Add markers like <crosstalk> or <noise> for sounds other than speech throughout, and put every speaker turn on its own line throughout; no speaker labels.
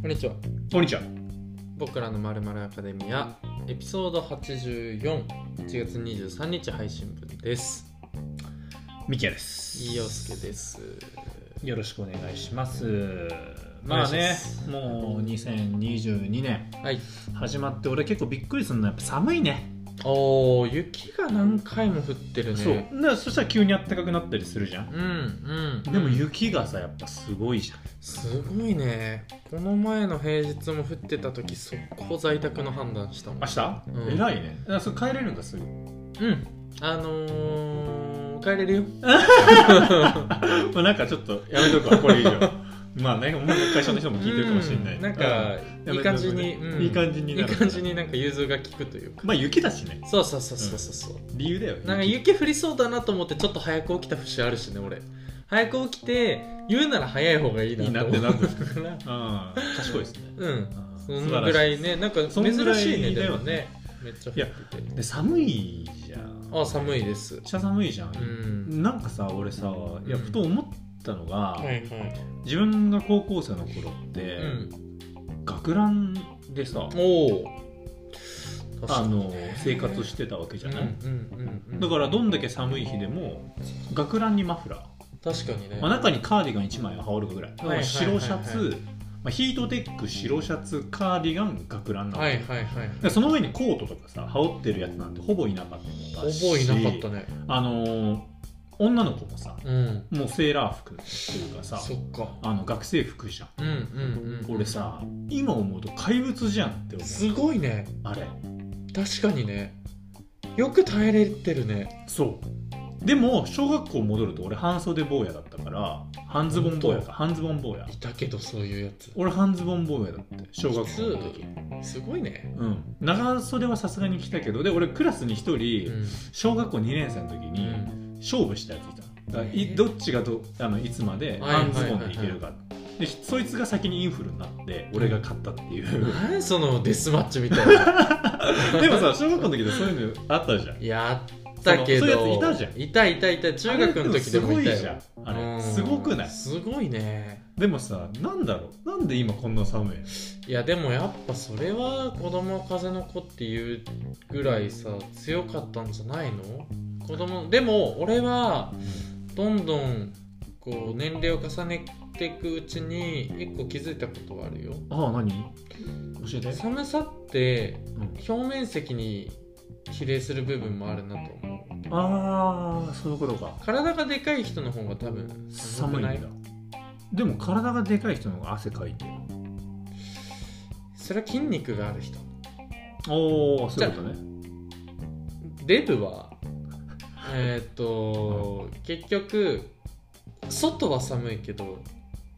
こんにちは
こんにちは。
僕らのまるまるアカデミアエピソード841月23日配信分です
ミキヤです。
飯尾介です
よろしくお願いします。まあね、もう2022年
はい
始まって、俺結構びっくりするのはやっぱ寒いね。
おー雪が何回も降ってるね
そう。なそしたら急に暖かくなったりするじゃん。
うんうん
でも雪がさ、やっぱすごいじゃん。
すごいねこの前の平日も降ってた時速攻在宅の判断したもん
明日、
うん
偉いね。だからそれ帰れるんだ、すぐ。
うんあのー、帰れるよ
まあなんかちょっとやめとくわ、これ以上。 <laughs> まあね、もう会社の人も聞いてるかもしれない。
うんなんか
う
い
ん、
い感じに、うん
いい感じに
い
ないる
感じになんか融通が利くというか
まあ雪だしね。
そうそうそうそうそうそう
理由だよ。
なんか雪降りそうだなと思ってちょっと早く起きた節あるしね俺早く起きて言うなら早い方がいいなと思
いいな <laughs> ってな
だから
うん、賢いですね。
うん
あー
そんぐらいねなんか珍しいね
そんぐらいだ
で
よ
もねめっちゃ降ってて
で寒いじゃん
あ寒いです
めっちゃ寒いじゃん
う、ん
なんかさ俺さいや
うん
ふと思ったのが、
はいはい
自分が高校生の頃って、
うん
学ランでさ
おお
あの生活してたわけじ
う
ゃ
んう
ない、
んうんうん
だからどんだけ寒い日でも学ランにマフラー、
確かにね
まあ、中にカーディガン1枚は羽織るかぐらいだから白シャツ、
はいはい
まあ、ヒートテック白シャツカーディガン学ランなの、
はいはいはい
でその上にコートとかさ羽織ってるやつなんてほぼいなかったし
覚えなかったね
あのー女の子もさ
うん
もうセーラー服っていうかさ
そっか
あの学生服じゃ
う
ん
んうんうん
俺さ今思うと怪物じゃんって思
すごいね
うあれ
確かにねよく耐えれてるね
そうでも小学校戻ると俺半袖坊やだったから半ズボン坊やか半ズボン坊や
いたけどそういうやつ
俺半ズボン坊やだって小学校の時
すごいね、
うん長袖はさすがに着たけどで俺クラスに一
う
人
ん
小学校2年生の時に勝負したやついたのだからい
へえ
どっちがどあのいつまで
はいはいはい
半ズボンでいけるかでそいつが先にインフルになって俺が勝ったっていう
何そのデスマッチみたい
<laughs>
な
でもさ小学校の時でそういうのあったじゃん
やったけど
そのそういうやついたじゃ
んいたいたいた中学の時でもいた
あれでもすごいじゃ
よ
んあ
う
れ
ん
すごくない
すごいね
でもさなんだろうなんで今こんな寒いの
いやでもやっぱそれは子供は風の子っていうぐらいさ強かったんじゃないの子供でも俺はどんどんこう年齢を重ねていくうちに一個気づいたことはあるよ
ああ何教えて
寒さって
うん
表面積に比例する部分もあるなと思う
ああそういうことか
体がでかい人の方が多分
寒
く
いんだでも体がでかい人の方が汗かいてる
それは筋肉がある人
おおそういうことね
デブはえーっと結局外は寒いけど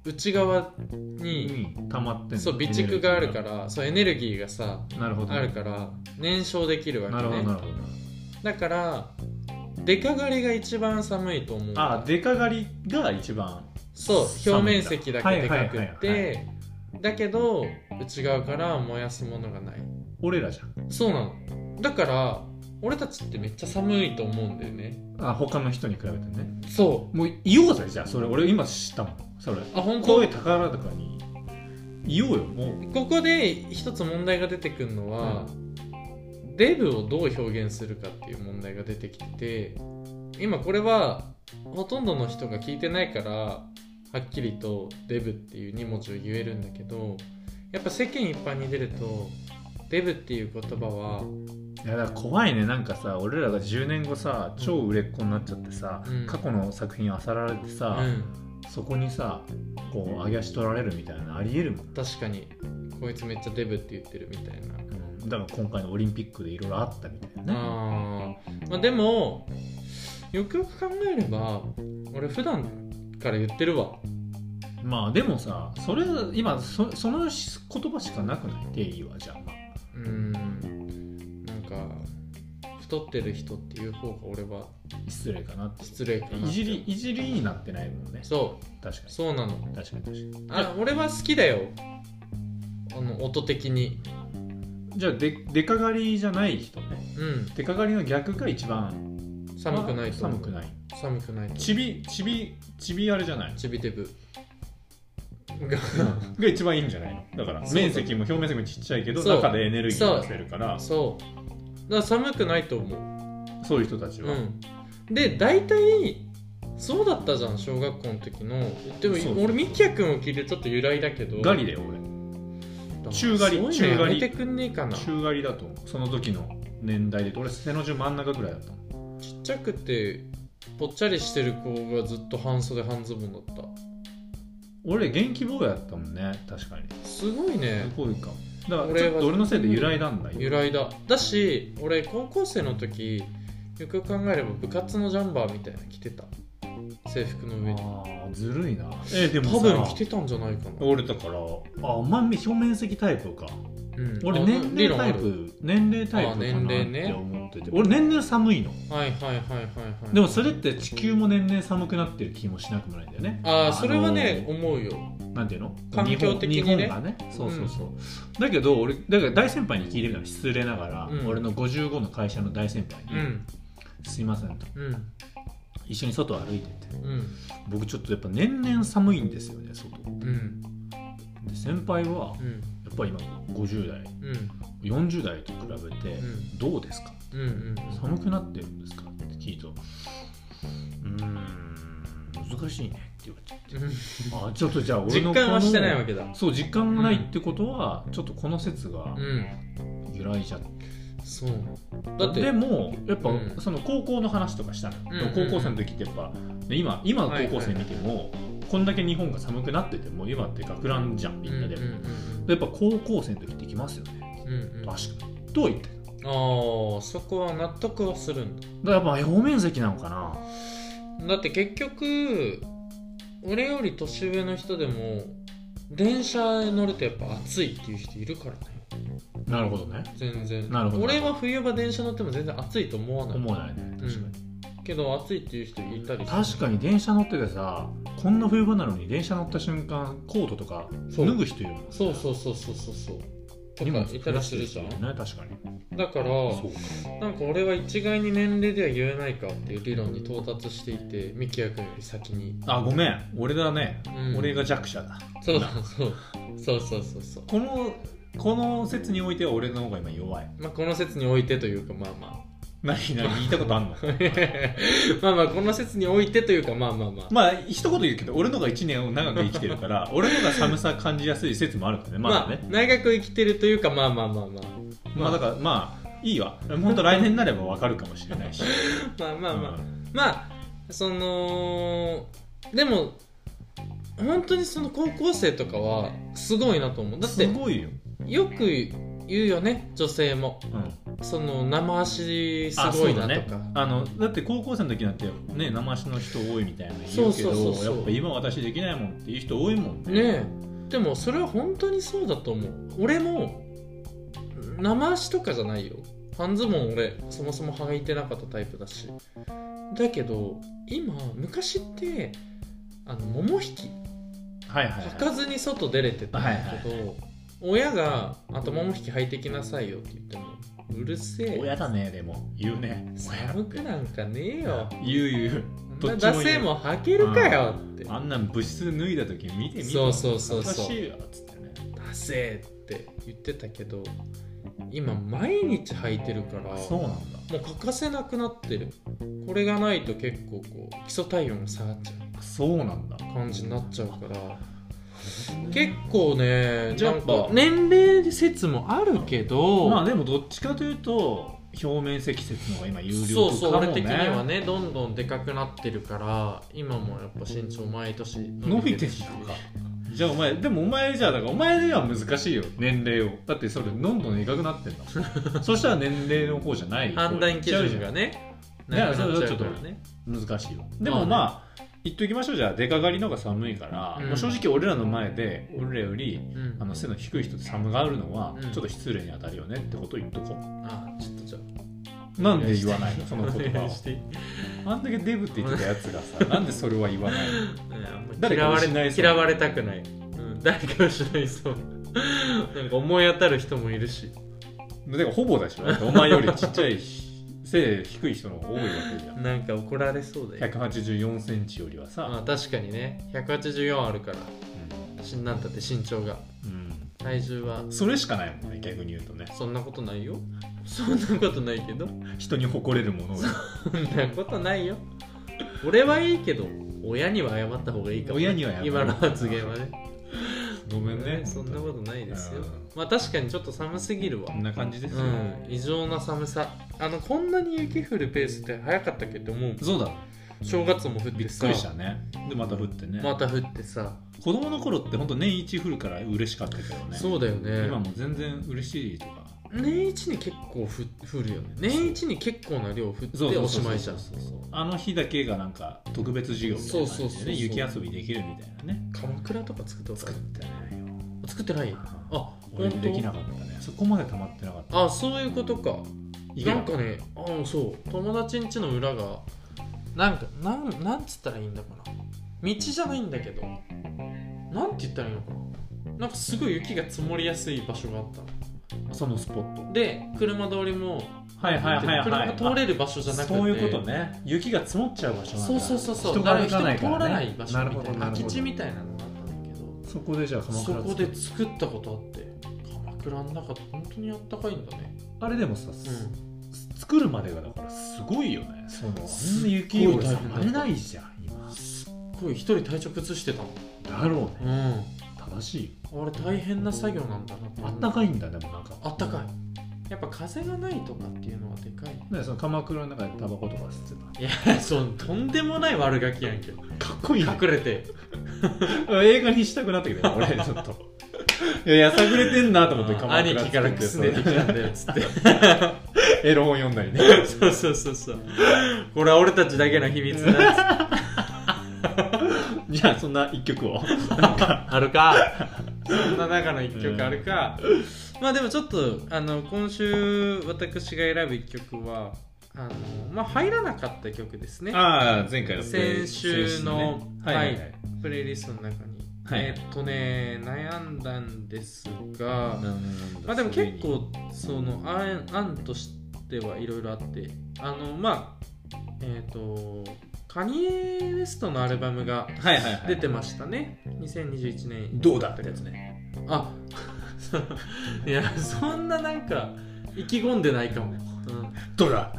内側に
に溜まってんの
そう備蓄があるからそうエネルギーがさ
なるほど
あるから燃焼できるわけ
なるほど
ね
なるほど
だから出かがりが一番寒いと思う
ああでかがりが一番
そう
寒いんだ
表面積だけでかく
はい
っ
はいはい
てだけど内側から燃やすものがない
俺らじゃん
そうなのだから俺たちってめっちゃ寒いと思うんだよね
あ他の人に比べてね
そ
もう言おうぜじゃあそれ俺今知ったもんそれ
うあ本当
声高らかに言おうよもう
ここで一つ問題が出てくるのは、デブをどう表現するかっていう問題が出てきて今これはほとんどの人が聞いてないからはっきりと「デブ」っていう2文字を言えるんだけどやっぱ世間一般に出ると「デブ」っていう言葉はい
やだから怖いねなんかさ俺らが10年後さ超売れっ子になっちゃってさ、
うん
過去の作品あさられてさ、
うん、
そこにさこう揚げ足取られるみたいなのありえるもん、
確かにこいつめっちゃデブって言ってるみたいな、
うん、だから今回のオリンピックでいろいろあったみたいなね
あーまあでもよくよく考えれば俺普段から言ってるわ
まあでもさそれ今そその言葉しかなくない定義はじゃあまあ
うーんなんか太ってる人っていう方が俺は
失礼かなって
失礼かない
じりいじりになってないもんね
そう
確かに
そうなの
確かに確かに
あ俺は好きだよあの音的に
じゃあで出かがりじゃない人ね
う
出かがりの逆が一番
ん寒くないと
寒くない
寒くないと
ちびちびちびあれじゃない
ちびデブが
が一番いいんじゃないのだから
そう
面積も表面積もちっちゃいけど
そう
中でエネルギーを出せるからそ
そうだから寒くないと思
ういう人たち
う、
は、
うん、で大体そうだったじゃん小学校の時のでも
そう
俺みきやくんを聞いてちょっと由来だけど
ガリだよ俺中狩り
そういうの
中狩り
やめてくんねえかなち
中狩りだと思うその時の年代で言うと俺背の順真ん中ぐらいだったの
っちゃくてぽっちゃりしてる子がずっと半袖半ズボンだった
俺元気坊やったもんね確かに
すごいね
すごいかもだから
俺
ち
は
ょっと俺のせいで由来なんだ
由
よ
来だだし俺高校生の時よくよく考えれば部活のジャンバーみたいなの着てた制服の上に
あーずるいなえで
多
も
分着
さ
てたんじゃないかな、
俺だからあお前表面積タイプか
うん
俺
あ
年
理
齢
論
タ
あ
イ
る
プ年齢タイプか
あ年
な
齢
っ
ね
て思ってて俺年々寒いの
はいはいはいはいはい
でもそれって地球も年々寒くなってる気もしなくもないんだよね
あ
の
あそれはね、思うよ
なんていうの
環境的にね
日本日本がねそうそうそう、だけど俺だから大先輩に聞いてみたの失礼ながら、
うん
俺の55の会社の大先輩
う
に「
ん
すいません」と
うん
「一緒に外歩いてて
うん
僕ちょっとやっぱ年々寒いんですよね外」
うん
で先輩は
うん
やっぱり今50代
うんうん
40代と比べてどうですか
うんうん
寒くなってるんですかって聞いたらうーん難しいねって言われちゃって
うん
あちょっとじゃあ俺の
実
この
感はしてないわけだ
そう実感がないってことは、ちょっとこの説が
うん
揺らいじゃっ
そうだって
でもやっぱ、
うん
その高校の話とかしたの、
んうんうん
高校生の時ってやっぱね今今の高校生見ても、こんだけ日本が寒くなってても今って学ランじゃんみんなで,、
うんうん
やっぱ高校生の時ってきますよね、
うんうんうんあ
確かにとは言ってただか
あそこは納得はするんだ
らやっぱ表面積なのかな
だって結局俺より年上の人でも電車に乗るとやっぱ暑いっていう人いるからね
なるほどね
全然
なるほど
俺は冬場電車乗っても全然暑いと思わない
思わないね確かに、
けど暑いっていう人いたり
確かに電車乗っててさこんな冬場なのに電車乗った瞬間コートとか
そう
脱ぐ人いるもんね
そうそうそうそうそうそうと
荷
か
物
いたりするじゃ
増
ん
やしてる人いるね
だから
確かに
なんか俺は一概に年齢では言えないかっていう理論に到達していてミキヤ君より先に、
あごめん俺だね、
うん
俺が弱者だ
そうだそうそうそうそうそう
このこの説においては俺の方が今弱い
まあこの説においてというかまあまあ <laughs>
何何言いたことあんの
まあまあこの説においてというかまあまあまあ、
まあ一言言うけど俺の方が1年を長く生きてるから
<laughs>
俺の方が寒さ感じやすい説もあるからねまだね、
まあ長く生きてるというかまあまあまあまあ
まあ、だからまあいいわ本当来年になればわかるかもしれないし
まあまあまあ、
うん
まあそのでも本当にその高校生とかはすごいなと思うだっ
す
て
ごいよ、
よく言うよね女性も
うん
その生足す
あ
ごいな
そう
と
だ
か
ね、あのだって高校生の時なんてね生足の人多いみたいな言うけど
そうそうそうそう
やっぱ今私できないもんっていう人多いもん
ね
ね
えでもそれは本当にそうだと思う俺も生足とかじゃないよ半ズボン俺そもそも履いてなかったタイプだしだけど今昔ってあの桃引き
はいはい、
履か
は
ずに外出れてたんだけど、親が「あと桃引き履いてきなさいよ」って言っても「うるせ
い、
え
親だねでも言うね親
寒くなんかねえよ
言う言う
そ
どっ
ん
ち
な
も
ダ
言う
セえもん履けるかよ」って
あんなん物質脱いだ時見てみ
そうそうそうそう
恥ずかしいわっつってね
「ダセえ」って言ってたけど今毎日履いてるから
そうなんだ
もう欠かせなくなってるこれがないと結構こう基礎体温が下がっちゃ
そうなんだ
う感じになっちゃうから結構ね
じゃあ
なんか
まあ
年齢説もあるけど、
まあでもどっちかというと表面積説の方が今有
そ
力かもね
うそう俺的にはねどんどんでかくなってるから今もやっぱ身長毎年
伸びて
る
んのかじゃあお前でもお前じゃあだからお前では難しいよ年齢をだってそれどんどんでかくなってんだ
<laughs>
もんそしたら年齢の方じゃない
判断基準がね
いやそれ
なく
は
なっちゃうから
ちょっと
ね
難しいよでもまあ言っときましょうじゃあ出かがりの方が寒いから、
うん
もう正直俺らの前で俺らより
うん
あの背の低い人って寒がるのは
うん
ちょっと失礼に当たるよねってことを言っとこう、
あちょっとじゃ
なんで言わな
<laughs>
いのその言葉
あ
を
していい
あんだけデブって言ってたやつ
<laughs>
がさなんでそれは言わないの
ねあんまり
誰
嫌
かを
わ
失い
れ
そう
嫌われた <laughs> くない、うん、誰かを失いそうなんか思い当たる人もいるし
だからほぼだしょだってお前よりちっちゃいし背低い人の方が多いわけじゃん
なんか怒られそうだよ
184センチよりはさ、
あ確かにね184あるからしなんだって身長が
うん
体重は
それしかないもんね逆に言うとね
そんなことないよそんなことないけど
人に誇れるものを
そんなことないよ俺はいいけど親には謝った方がいいかも
親には謝る
今の発言はね
ごめんね
<laughs> そんなことないですよ
うん
まあ確かにちょっと寒すぎるわ
こんな感じですよ、
うん異常な寒さあのこんなに雪降るペースって早かったっけって思う
そうだ
正月も降って
びっ
さ
くりしたねでまた降ってね、
また降ってさ、
子供の頃って本当年一降るから嬉しかったけどね
そうだよね
今も全然嬉しいとか
年一に結構ふ降るよね年一に結構な量降っておしまいじゃん
そうそうそうそうあの日だけがなんか特別授業みたいな感じで、
そ
ね、
うそうそうそう
雪遊びできるみたいなね
鎌倉とか作ったことあ
作っ
る
てないよ
作ってないあ
俺
本
できなかったねそこまで溜まってなかった
当あそういうことか
い
なんかねあそう友達ん家の裏がなんかなんなんつったらいいんだかな道じゃないんだけどなんて言ったらいいのかななんかすごい雪が積もりやすい場所があったの
そのスポット
で車通りも
はいはいはいはい
車が通れる場所じゃなくて
そういうことね雪が積もっちゃう場所なんだ
そうそうそうそう
人が歩かないか
人が通
ら、ね、
らない場所
なる
み
ほ
た
ど
いな
な
空
るほ
き
ど
地みたいなのがあったんだけど
そこでじゃあ鎌
そ
倉
こ
作っ
で作ったことあって鎌倉の中って本当にあったかいんだね
あれでもさ、
う
作るまでがだからすごいよねそのあんな
す
雪
っごい
俺
大変だ
触れないじゃん今
んすっごい一人体調崩してたの
だろうね
うん
正しい
あれ大変な作業なんだな
あった
い
かいんだでもなんか
あったかいやっぱ風がないとかっていうのはでかい
ねその鎌倉の中でタバコとか吸って
いやそうとんでもない悪ガキやんけ
たかっこいい、ね、
隠れて
映画にしたくなってき <laughs> たよ俺ちょっといややさぐれてんなと思って鎌
兄
倉
貴からくすねてきたんだよつって
エロ本読んだりね
そうそうそうそうこれは俺たちだけの秘密 <laughs> だ
じゃあそんな一曲を
あるかそんな中の一曲あるか、まあでもちょっとあの今週私が選ぶ一曲はあのまあ入らなかった曲ですね
ああ前回のプレ
先
イ
週の
先週ねはいはいはい
プレイリストの中に、
はい
えーっとね悩んだんですが、ま
ま
あでも結構その案案としてはいろいろあってあのまあえーっ、とカニエ・ウェストのアルバムが
はいはいはい
出てましたね、2021年
どうだってやつね
あ <laughs> いやそんななんか意気込んでないかも、う
どうだ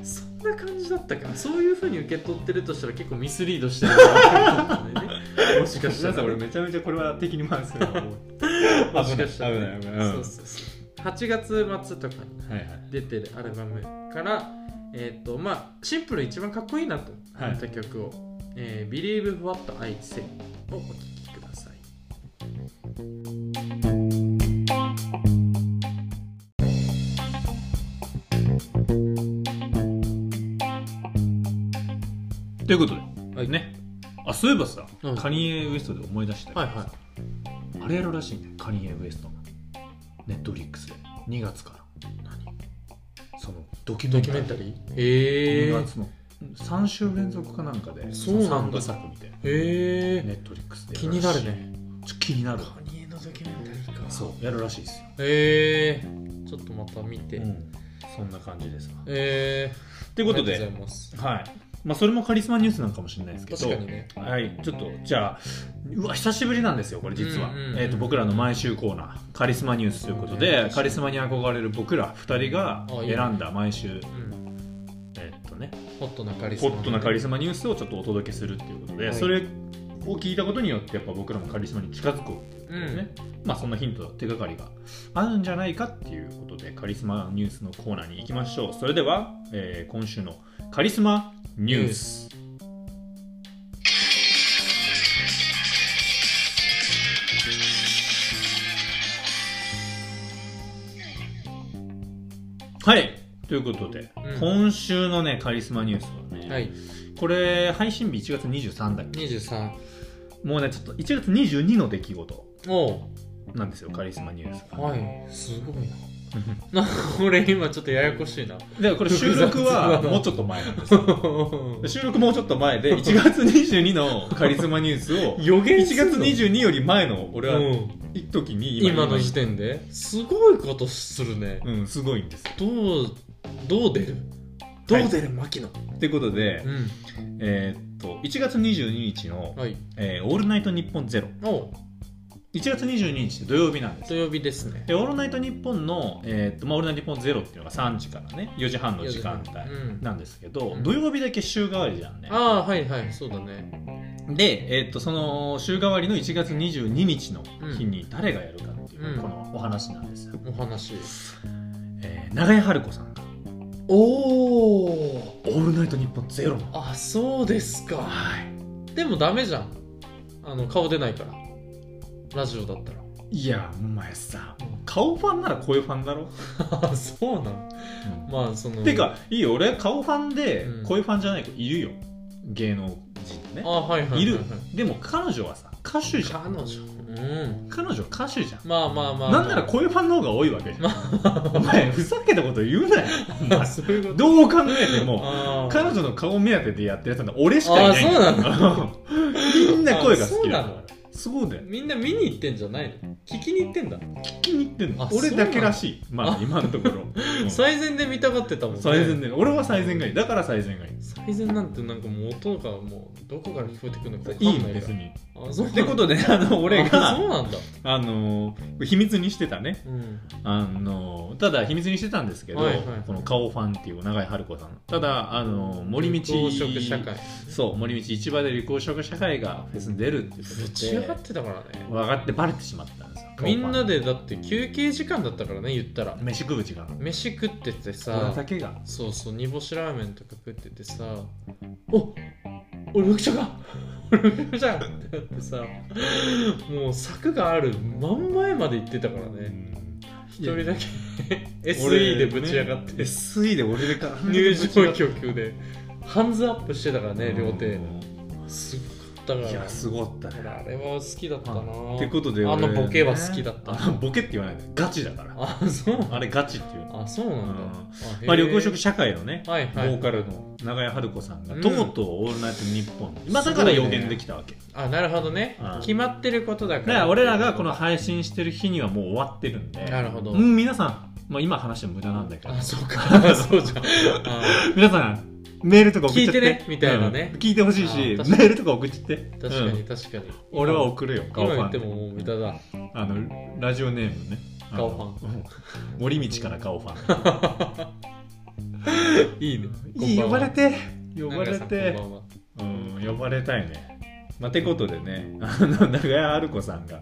ん、そんな感じだったかそういうふうに受け取ってるとしたら結構ミスリードしてるかもしれないねもしかした
皆さ
ら
ん <laughs> 俺めちゃめちゃこれは敵に回す
<laughs>
の危
もしかしたらね
ない危ない危ない
そうそうそう8月末とかに
うんはいはい
出てるアルバムから、えーとまあ、シンプルに一番かっこいいなと思った曲を「えー Believe What I Say」をお聴きください。
ということで、
はい
ねあそういえばさ、
うん
カニエ・ウエストで思い出したよ
はいは
あれやるらしいねカニエ・ウエストのネットフリックスで2月からそのドキュメ
ド
ン
キ
タ
ュメ
リー
ンタリーへえ
2月の3週連続かなんかで
そうなんだ
三部作みたいな
へ
ネ
え
ットフリックスで
気
やる
に
ら
な
しい
るね
ちょ気になる
カニエのドキュメンタリーか
そうやるらしいですよ、
へえちょっとまた見て、
うんそんな感じです
え
とい
と
うことで
ありがとうございます
はいまあそれもカリスマニュースなんかもしれないですけど
確かにね
はい、ちょっとじゃあうわ久しぶりなんですよこれ実は、
うんうんうん
えー、と僕らの毎週コーナー「カリスマニュース」ということ
そう
で、
ね
カリスマに憧れる僕ら2人が
あいいね
選んだ毎週
うん
えーっとね
ホットなカリス
ホ
マ
ットなカリ
ス
スマニュースをちょっとお届けするっていうことで、
はい
それを聞いたことによってやっぱ僕らもカリスマに近づこうっていう
マう
こと
ん
でね、まあそんなヒント手がかりがあるんじゃないかっていうことでカリスマニュースのコーナーに行きましょうそれでは、えー今週のカリスマニュースはいということで、
うん
今週のねカリスマニュースはね、
はい
これ配信日1月23だっけ
23
もうねちょっと1月22の出来事
おう
<laughs> なんですよカリスマニュースが、
はいすごいな俺今ちょっとややこしいな
だからこれ収録はもうちょっと前なんですよ収録もうちょっと前で1月22のカリスマニュース
<laughs>
を
予
1
言する
月
の
22より前の俺
う
は
ん
一時に
今の時点ですごいことするね
うんすごいんですよ
どうどう出るどう出る牧野
ってことで
う、ん
えーっと1月22日の
はい
「えーオールナイトニッポンゼロ
お
1月22日って土曜日なんです
土
よ
曜日ですね
でオールナイトニッポンの、えーっとまあ、オールナイトニッポンゼロっていうのが3時からね4時半の時間帯
うん
なんですけど、
うん
土曜日だけ週替わりじゃんね
ああはいはいそうだね
で、えーっとその週替わりの1月22日の日に誰がやるかっていう、
うん
このお話なんですよ、
お話
えー長屋春子さんが
おお
「オールナイトニッポンゼロの
あそうですか
は
でもダメじゃんあの顔出ないからラジオだったら
いいやお前さ顔ファンならこういうファンだろ、
あ
<laughs>
そうなんまあその
てかいいよ俺顔ファンで
うん
こういうファンじゃない子いるよ芸能人ね
あはいはいはいはい
いるでも彼女はさ歌手じゃん
彼女うん
彼女歌手じゃん
まあまあまあ
なんならこういうファンの方が多いわけじゃん、お前ふざけたこと言うなよお
まあ
前
そういうこと
どう考えても
あー
彼女の顔目当てでやってるやつなんて俺しかいないんだから <laughs> みんな声が好きだ
あそうな
か
の
らそうだよ
みんな見に行ってんじゃないの聞きに行ってんだ、
聞きに行ってんの
あ
俺だけらしいまあ
あ
今のとこ
<laughs>
ろ、うん最
最善で見たがってたもんね
善で俺は最善がいいだから最善がいい
最善なんてなんかもう音がもうどこから聞こえてくるのか分かん
いい
ない
の
から
別に
あそう
ってこ
<laughs>
とであの俺
あ
が
そうなんだ、
あのー秘密にしてたね
うん、
あのただ秘密にしてたんですけど、
はいはい
この顔ファンっていう永井春子さんただあの森道
公職社会
そう森道市場で緑黄色社会がフェスに出るっていう
ぶ
こと
ち
で
上がってたからね
分かってバレてしまったんですよ
みんな
で
でだって休憩時間だったからね言ったら
飯食う時間
飯食ってて
俺だ
さ
けが
そうそう煮干しラーメンとか食っててさお俺役者か <laughs> 俺役者かってなってさもう柵がある真ん前まで行ってたからね一人だけ <laughs> SE でぶち上がって、
ね SE で俺でか
入場曲でハンズアップしてたからね両手
うん
すごかった
い
か
やすごかったね
らあれは好きだったな
ってことで
あの
俺
ボケは好きだった
あのボケって言わないでガチだから
あそう
あれガチっていうの
あそうなんだ、
うん
へー
まあ緑黄色社会のね
はい
ボ
はい
ーカルの永井春子さんが
うん
とうとう「オールナイトニッポン」今だから予言できたわけ、
あなるほどね、
うん
決まってることだか
だからら俺らがこの配信してる日にはもう終わってるんで
なるほど、
うん皆さん、まあ、今話しても無駄なんだけど
あそうか <laughs> そうじゃんあ
皆さんメールとか送っちゃっ
聞
て
いてねみたいなね
うん聞いてほしいし
あ
メ
ー確かに
ールとか送っちゃって
ー確か
う
に
ん
確かに、
俺は送るよ顔フ
今
ァ
言っ
ン
てももう無駄だ
あのラジオネームねあの
顔フ
うん森道から顔
<laughs>
ファン
いいね
いい呼ばれて呼
呼
ばれて
こんばんは
うん、呼ばれたいね。まあ、てことでね、あの、長屋春子さんが、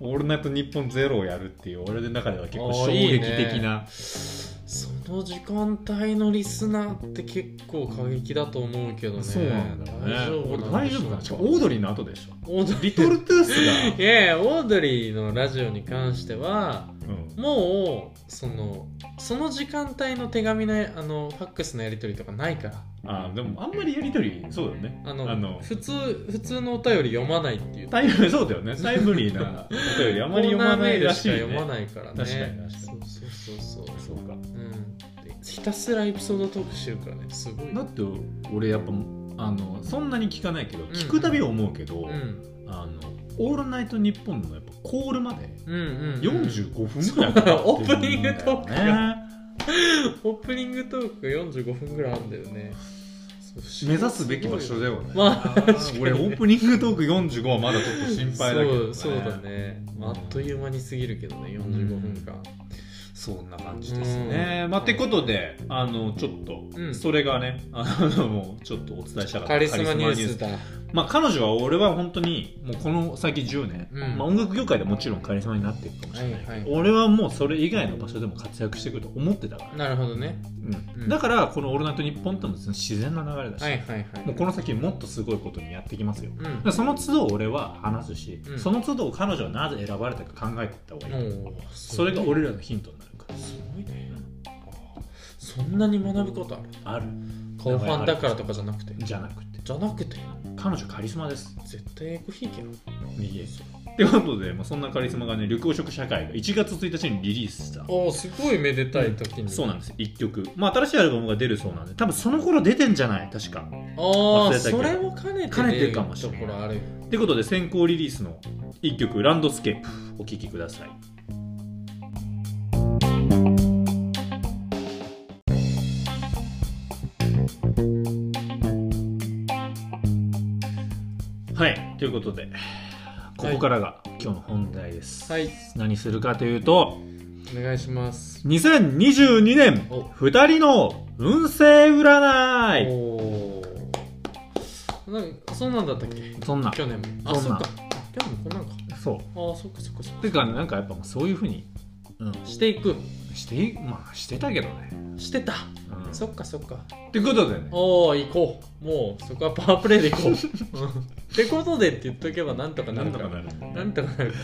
オールナイト日本ゼロをやるっていう、俺の中では結構衝撃的な。
その時間帯のリスナーって結構過激だと思うけどね
そうなんだよね。俺
なん
大
でし
丈
ょう
夫かなしかもオードリーの後でしょ。
オードリ
リトルトゥース
<laughs>
が、
ーいやいやオードリーのラジオに関しては
うん、
もうそのその時間帯の手紙のあのファックスのやり取りとかないから
あでもあんまりやりとり、そうだよね。
あの
あの
普通普通のお便り読まないっていう
タイム、 <laughs> そうだよね。タイムリーなお便り、あんまり読まないらしい、ね。
コーナーメールしか読まないからね
確かに確かに
そうそうそうそう
そうか。
うんでひたすらエピソードトークしてるからねすごい
だって、俺やっぱ、あの、そんなに聞かないけど、
ん
聞くたび思うけど、
うん
あの「オールナイトニッポン」のやっぱコールまで
うんうんうん
45分ぐらいかかってるんだよね、
オープニングトーク
ね
オープニングトークが45分ぐらいあるんだよね
目指すべき場所だよね <laughs>
まあ確かに
俺オープニングトーク45はまだちょっと心配だけど、
そうそうだね、まあ、あっという間に過ぎるけどね45分間、
そんな感じですね、まあてことであのちょっと、
うん
それがねあのもうちょっとお伝えしたかった
カリスマニュー
カリ
スだ
まあ彼女は俺は本当にもうこの先10年、
うん
まあ、音楽業界でもちろんカリスマになっていくかもしれないけど、
はいはい
俺はもうそれ以外の場所でも活躍してくると思ってたか
な
ら
るほどね
うん
うん
だからこの「オールナイトニッポン」ってのは自然な流れだし、
はいはいはい
もうこの先もっとすごいことにやってきますよだか
うん
らその都度俺は話すし、
うん
その都度彼女はなぜ選ばれたか考えていった方がいい、
おー
それが俺らのヒントになるから
すごいねあーそんなに学ぶことある
ある
顔ファンだからとかじゃなくて
じゃなくて
じゃなくて
彼女カリスマです
絶対エコひいきやん
右ですよってことで、まあ、そんなカリスマがね緑黄色社会が1月1日にリリースした
おーすごいめでたい時に
そうなんです1曲、まあ、新しいアルバムが出るそうなんで多分その頃出てんじゃない確か
あ
忘
あ
れたけど
それも兼ねて
兼ねてるかもしれない
ところある
ってことで先行リリースの1曲「ランドスケープ」お聴きくださいはいということでここからが今日の本題です、
はい
何するかというと
お願いします
2022年
お
2人の運勢占い
おーなんかそんなんだったっけ
そんな
去年もあ
そん
そ
な
っか去年もこんなんか
そう
ああそっかそっかそっか
てかねなんかやっぱもうそういうふうに、うん、
していく
していまあしてたけどね、
してた
うん、
そっかそっか
ってことでね
おお行こうもうそこはパワープレイで行こううんってことでって言っとけばなんとかなるから
る
なんとかなる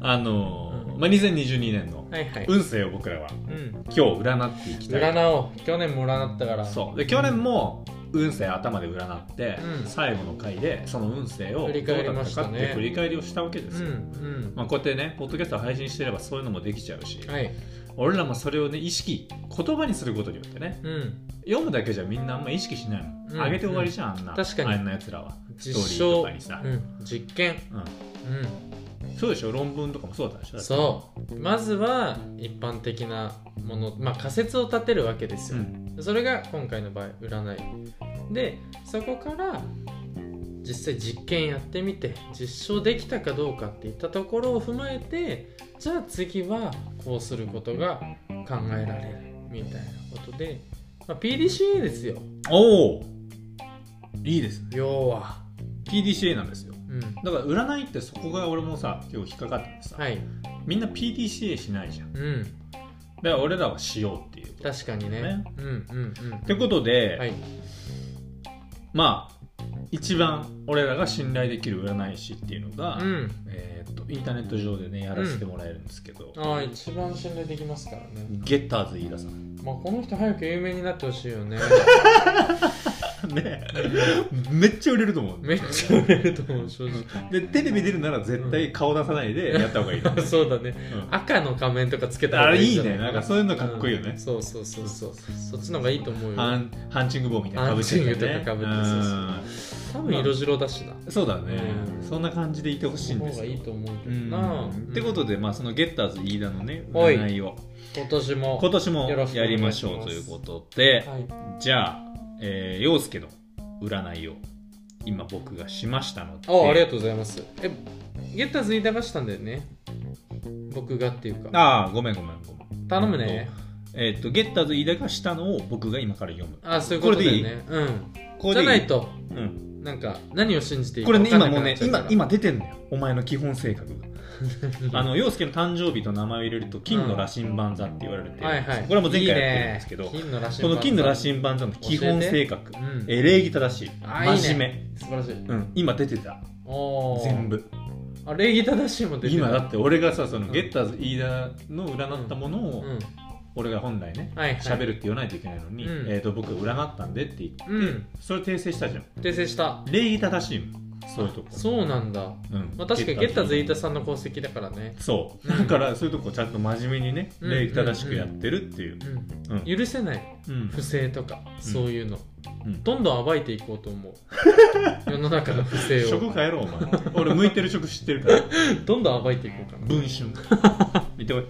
あのー
うん
まあ、2022年の
はいはい
運勢を僕らは
うん
今日占っていきたい
占おう去年も占ったから
そうで去年も運勢頭で占って、
うん
最後の回でその運勢を
振り返りましたね
どうだったかって振り返りをしたわけです
ん
よ、
うん
まあ、こうやってねポッドキャストを配信してればそういうのもできちゃうし、
はい
俺らもそれをね意識言葉にすることによってね
うん
読むだけじゃみんなあんま意識しないの、
うん
上げて終わりじゃん、あんな
確かに
あんなやつらは
実
ストーリーと
証
かにさ
うん実験
うん
う
そうでしょ論文とかもそうだったでしょ
ん
だって
そうまずは一般的なものまあ仮説を立てるわけです
う
よ、
ん
それが今回の場合占いでそこから実際実験やってみて実証できたかどうかっていったところを踏まえてじゃあ次はこうすることが考えられるみたいなことで、まあ、PDCA ですよ
おおいいですね
要は
PDCA なんですよ
うん
だから占いってそこが俺もさ今日引っかかったんでさ、
はい
みんな PDCA しないじゃんだ
うん
から俺らはしようっていうこと
確かにね
ね
うんうんうん
ってことで、
はい
まあ一番俺らが信頼できる占い師っていうのが、
うん
えーっとインターネット上でねやらせてもらえるんですけど、
ああ一番信頼できますからね
ゲッターズ飯田さん
まあこの人早く有名になってほしい
<laughs>
よね
ねめっちゃ売れると思う
めっちゃ売れると思う正直
でテレビ出るなら絶対顔出さないでやった方がいいと思
<laughs>
う
そうだね
うん
赤の仮面とかつけた方
あ
が
れ
いいん
い
じ
い
ゃな
ね
い
なんかそういうのかっこいいよ
う
ね
ん、そうそうそうそうそっちの方がいいと思う
ハ
よ
ンハンチング帽みたいなの被ってね
ハンチングとか被ってそうそう多分色白だしな
うんそうだね、
うん
そんな感じでいてほしいん
の
で
方
す
が
よ
いいと思うけ
う
ど
ん
な
ってことで、まあ、そのゲッターズ飯田のね
はい
占いを
今年も
今年も
よろしくお
や
願い
り
しま
ますしょうということで
はい
じゃあ、えー、陽介の占いを今僕がしましたので
あありがとうございますえゲッターズ言い流したんだよね僕がっていうか
あーごめんごめんごめん
頼むね
えーっとゲッターズ飯田がしたのを僕が今から読む
あそういうことだよね
こ
うん
れ
じゃ
で
ないと
うん
なんか何を信じていいか
これね
分
今
かん
も
なくな
うね
っちゃうか
今
ら
今出てんだよお前の基本性格
<laughs>
があの陽介の誕生日と名前を入れると金の羅針盤座って言われるて、
はいはい
これはもう前回やってるんですけど
いいね金の羅針
こ
盤
の金の羅針盤座の基本性格
うん
え礼儀正しい
あいいね
真面
素晴らしい
目、うん、今出てた
おー
全部
あ礼儀正しいも出てる
今だって俺がさその
うん
ゲッターズ飯田の占ったもの
う
を
ん
俺が本来ね
はいはい
喋るって言わないといけないのに、
うん
えー、と僕占ったんでって言って、
うん
それ訂正したじゃん
訂正した
礼儀正しいもんそういうとこ、
そうなんだ、
うん
まあ、確かにゲッターズ飯田さんの功績だからね、
そう
うん
だからそういうとこちゃんと真面目にね
うん
礼儀正しくやってるっていう
う
うん
ん、許せない
うん
不正とか、そういうの
うん
どんどん暴いていこうと
<laughs>
思う世の中の不正
職
を
変えろお前 <laughs> 俺向いてる職知ってるから
どんどん暴いていこうかな
文春見てこい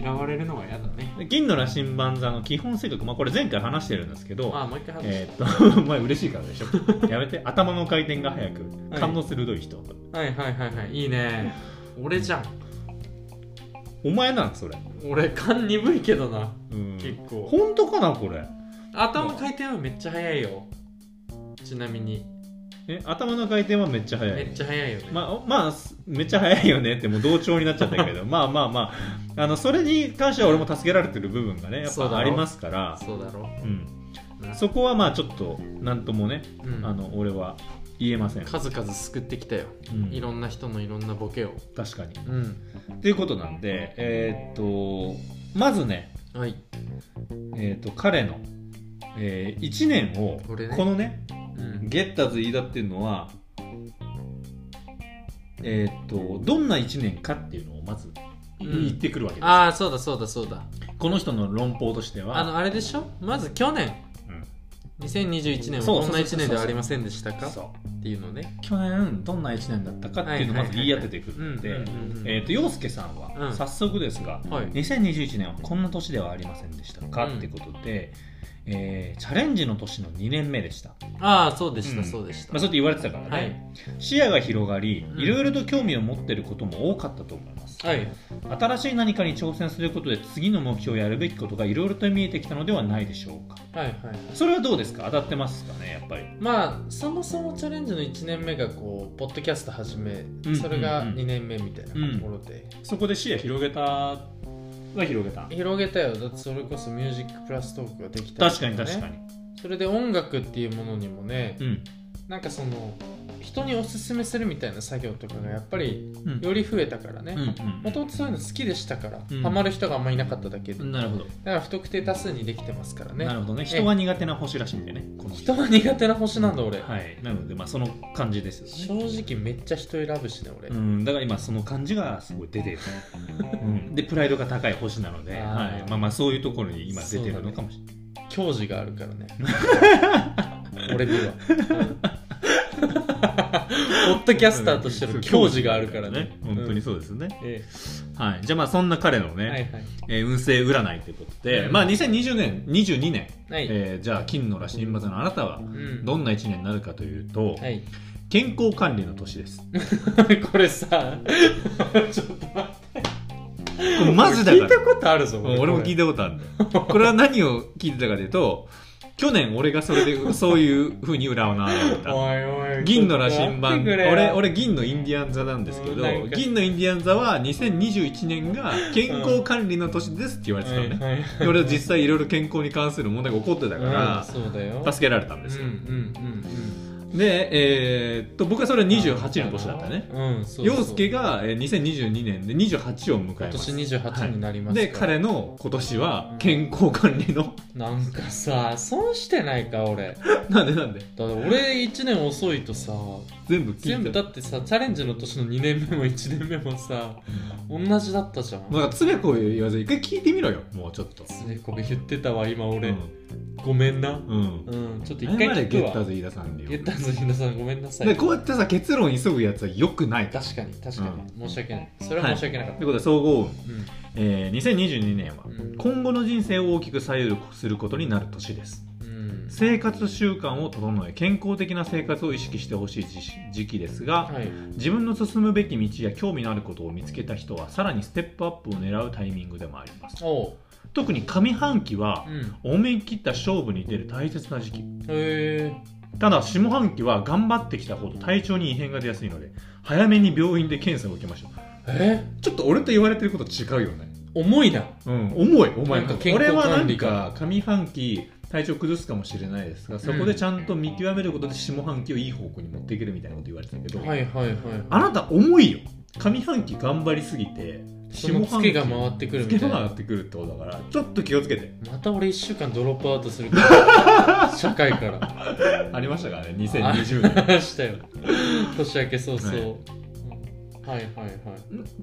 嫌われるのが嫌だね
で銀の羅針盤座の基本性格、まあ、これ前回話してるんですけど
あもう一回話し
えーっと <laughs> お前嬉しいからでしょやめて頭の回転が速く
はい
感応鋭い人、
はいはいはいはいいいね俺じゃん
お前なんそれ
俺勘鈍いけどな
うん
結構
本当かなこれ
頭回転はめっちゃ速いよちなみに
え頭の回転はめっちゃ速
め
い
っちゃ速いよね、
まあまあすめっちゃ早いよねってもう同調になっちゃっ
<laughs>
たけどまあまあまああのそれに関しては俺も助けられてる部分がねやっ
そうだ
ぱ
ろ
ありますから
そうだろ
そ,、うん、
な
そこはまあちょっとなんともね、
うん
あの俺は言えません、
数々救ってきたよ、
うん
いろんな人のいろんなボケを
確かに
うん
ということなんでえーっとまずね、
はい
えーっと彼の、え1年を
これね
このね
うん
ゲッターズ飯田っていうのはえーっとどんな1年かっていうのをまず
うん
言ってくるわけです、
ああそうだそうだそうだ
この人の論法としては
あのあれでしょまず去年2021年は
そう
こんな1年ではありませんでした
うん
か
そ
っていうのね
う去年どんな1年だったかっていうのをまず言い当ててくるのでえーっと洋介さん
う
は
ん
早速ですが、
はい
2021年はこんな年ではありませんでしたか、
うん
ってことで、えーチャレンジの年の2年目でした、
ああそうでした、
うん
そうでした、
まあ、そうやって言われてたからね、
はい
視野が広がり
うん
いろいろと興味を持ってることも多かったと思います、
はい
新しい何かに挑戦することで次の目標やるべきことがいろいろと見えてきたのではないでしょうか
はいはい
それはどうですか当たってますかねやっぱり
まあそもそもチャレンジの1年目がこうポッドキャスト始め、
ん
それが
うんうん
2年目みたいなところで、
そこで視野広げたは広げた
広げたよだってそれこそミュージックプラストークができたり
確
とね
かに確かに、
それで音楽っていうものにもね、
うん
なんかその人におすすめするみたいな作業とかがやっぱり
うん
より増えたからね、
うんうん
もともとそういうの好きでしたから、
うん
ハマる人があんまりいなかっただけで、
なるほど、
だから不特定多数にできてますからね
なるほどね人が苦手な星らしいんでねこの
人が苦手な星なんだ俺、
はいなのでまあその感じですよね
正直めっちゃ人選ぶしね俺、
うん、だから今その感じがすごい出てる、うん、でプライドが高い星なので、
あー
はい、まあまあそういうところに今出てるのかもしれない、
矜持があるから
<laughs>
ね俺には、うんポッドキャスターとしての矜持があるからね
本当に
うん
そうですね、
え
はい、じゃあまあそんな彼の
え
ね、
はいはい
えー運勢占いということで、
うん
まあ2020年22年、
はい
えーじゃあ金の羅針盤のあなたは
うん
どんな1年になるかというと、
はい <laughs>
健康管理の年です
これさ <laughs> ちょっと待
これマジだ
って聞い
か
た
ら
ことあるぞ
俺も聞い
た
たことあるんだよこれは何を聞いてたかというと去年俺がそ
<laughs>
れでそういうふうに占われた
おいおい
銀の羅針盤
ちょっと待ってくれよ
俺俺銀のインディアン座なんですけど
なんか
銀のインディアン座は2021年が健康管理の年ですって言われてたのね、
はいはい
で俺は実際いろいろ健康に関する問題が起こってたか
うんそうだよ
ら助けられたんです
う
よ、
んうんうん
で、えーっと僕はそれは
うん
28の年だったね
うんそうそう
陽介がえー2022年で28を迎え
今
ます
年28になりました
で彼の今年は健康管理の <laughs>
なんかさ損してないか俺だか
なんでなんで
ら俺1年遅いとさ
全部
全
聞
部
いた
だってさチャレンジの年の2年目も1年目もさ同じだったじゃん
なんかつべこべ言わず一回聞いてみろよもうちょっと
つべこべ言ってたわ今俺、
うん
ごめんな
うん
うんちょっと一
謝
回
れ
聞
ゲ
く
ッター
わ
ズ飯田さんによ
ゲッターズ皆さんごめんなさい
でこうやってさ結論急ぐやつはよくないと
確かに確かに、申し訳ないそれは申し訳なかっ
いうことで総合運、
た、
えー、2022年は
うん
今後の人生を大きく左右することになる年です
うん、
生活習慣を整え健康的な生活を意識してほしい時時期ですが
はい
自分の進むべき道や興味のあることを見つけた人はさらにステップアップを狙うタイミングでもあります
おう、
特に上半期は
うん、
思い切った勝負に出る大切な時期
へ
ただ下半期は頑張ってきたほど体調に異変が出やすいので早めに病院で検査を受けましょう
ええ
ちょっと俺と言われてること違うよね
重いな
うん重いお前
なんか健
俺
康
はな
管
ん
理か
か上半期体調崩すかもしれないですがそこでちゃんと見極めることで下半期をいい方向に持っていけるみたいなこと言われてたけど、
はいはいはい
あなた重いよ上半期頑張りすぎて
そのツケが回ってくる
つ
み
け
たい
が
な
回ってくるってことだからちょっと気をつけて
また俺1週間ドロップアウトする
<laughs>
から社会から
ありましたからね2020年
したよ年明け早々、
は
う
い
んはい、はいはい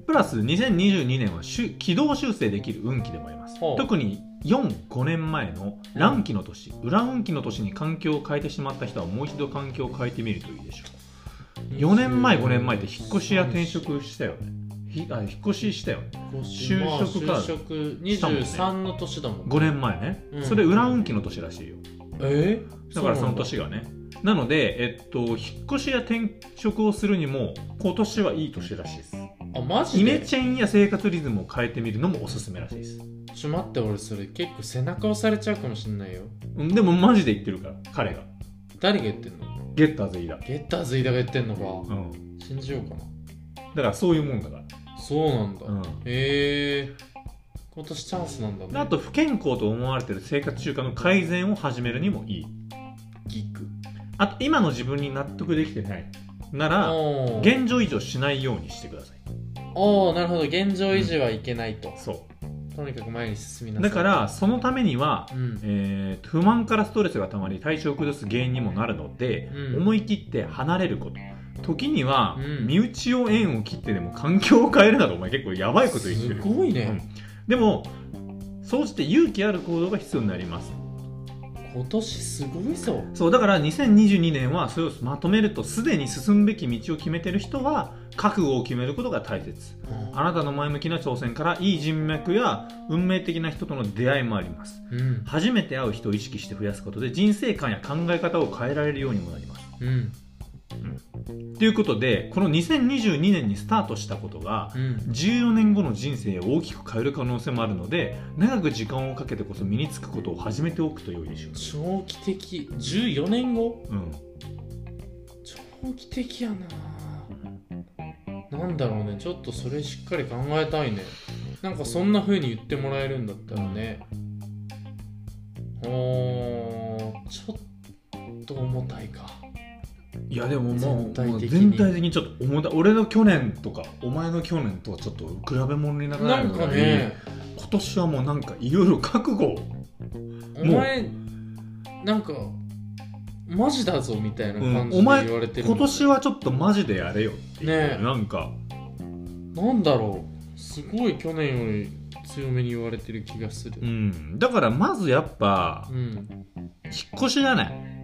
プラス2022年はしゅ軌道修正できる運気でもあります
ほう
特に45年前の乱気の年、裏運気の年に環境を変えてしまった人はもう一度環境を変えてみるといいでしょう4年前5年前って引っ越しや転職したよねひあ引っ越ししたよね
就
就職
職
か
か就職23の年だもん
5年前ね、
うん
それ裏運気の年らしいよ
えー
だからそう
な
の
んだ
年がねなので、えっと、引っ越しや転職をするにも今年はいい年らしいです
あマジ
イメ
で
チェンや生活リズムを変えてみるのもおすすめらしいです
ちょ待って俺それ結構背中押されちゃうかもしんないよ
うんでもマジで言ってるから彼が
誰が言ってんの
ゲッターズイラ、
ゲッターズ飯田が言ってんのか
うん、
信じようか
だからそういうもんだか
なそうなんだ、
ら、うん
ええ今年チャンスなんだね
であと不健康と思われてる生活習慣の改善を始めるにもいい
ギク
あと今の自分に納得できてないな
あ
ら
ー
現状維持をしないようにしてください
おーなるほど現状維持はいけないと、
そ
とにかく前に進みな
う
さい
だからそのためには、
うん
えー不満からストレスがたまり体調を崩す原因にもなるので、
うん
思い切って離れること時には、
うん
身内を縁を切ってでも環境を変えるなどお前結構やばいこと言ってるよ
すごいね
うんでもそうして勇気ある行動が必要になります
今年すごいぞ
そうだから2022年はそれをまとめるとすでに進むべき道を決めてる人は覚悟を決めることが大切あなたの前向きな挑戦からいい人脈や運命的な人との出会いもあります
うん
初めて会う人を意識して増やすことで人生観や考え方を変えられるようにもなります
うん
ということでこの2022年にスタートしたことが
うん
14年後の人生を大きく変える可能性もあるので長く時間をかけてこそ身につくことを始めておくと良いでしょ
長期的14年後
う、うん、
長期的やななんだろうねちょっとそれしっかり考えたいねなんかそんな風に言ってもらえるんだったらねおーちょっと重たいか
いやでももう
全体
もう
的に
全体的にちょっと重たい俺の去年とかお前の去年とはちょっと比べ物にならな
ないん
ぐら
か
い
ね
今年はもうなんかいろいろ覚悟を
お前なんかマジだぞみたいな感じ
うん
で
お前
言われてるも
今
ん
年はちょっとマジでやれよっていう
ねえ
なんか
なんだろうすごい去年より強めに言われてる気がする
うんだからまずやっぱ
うん、
引っ越しじゃない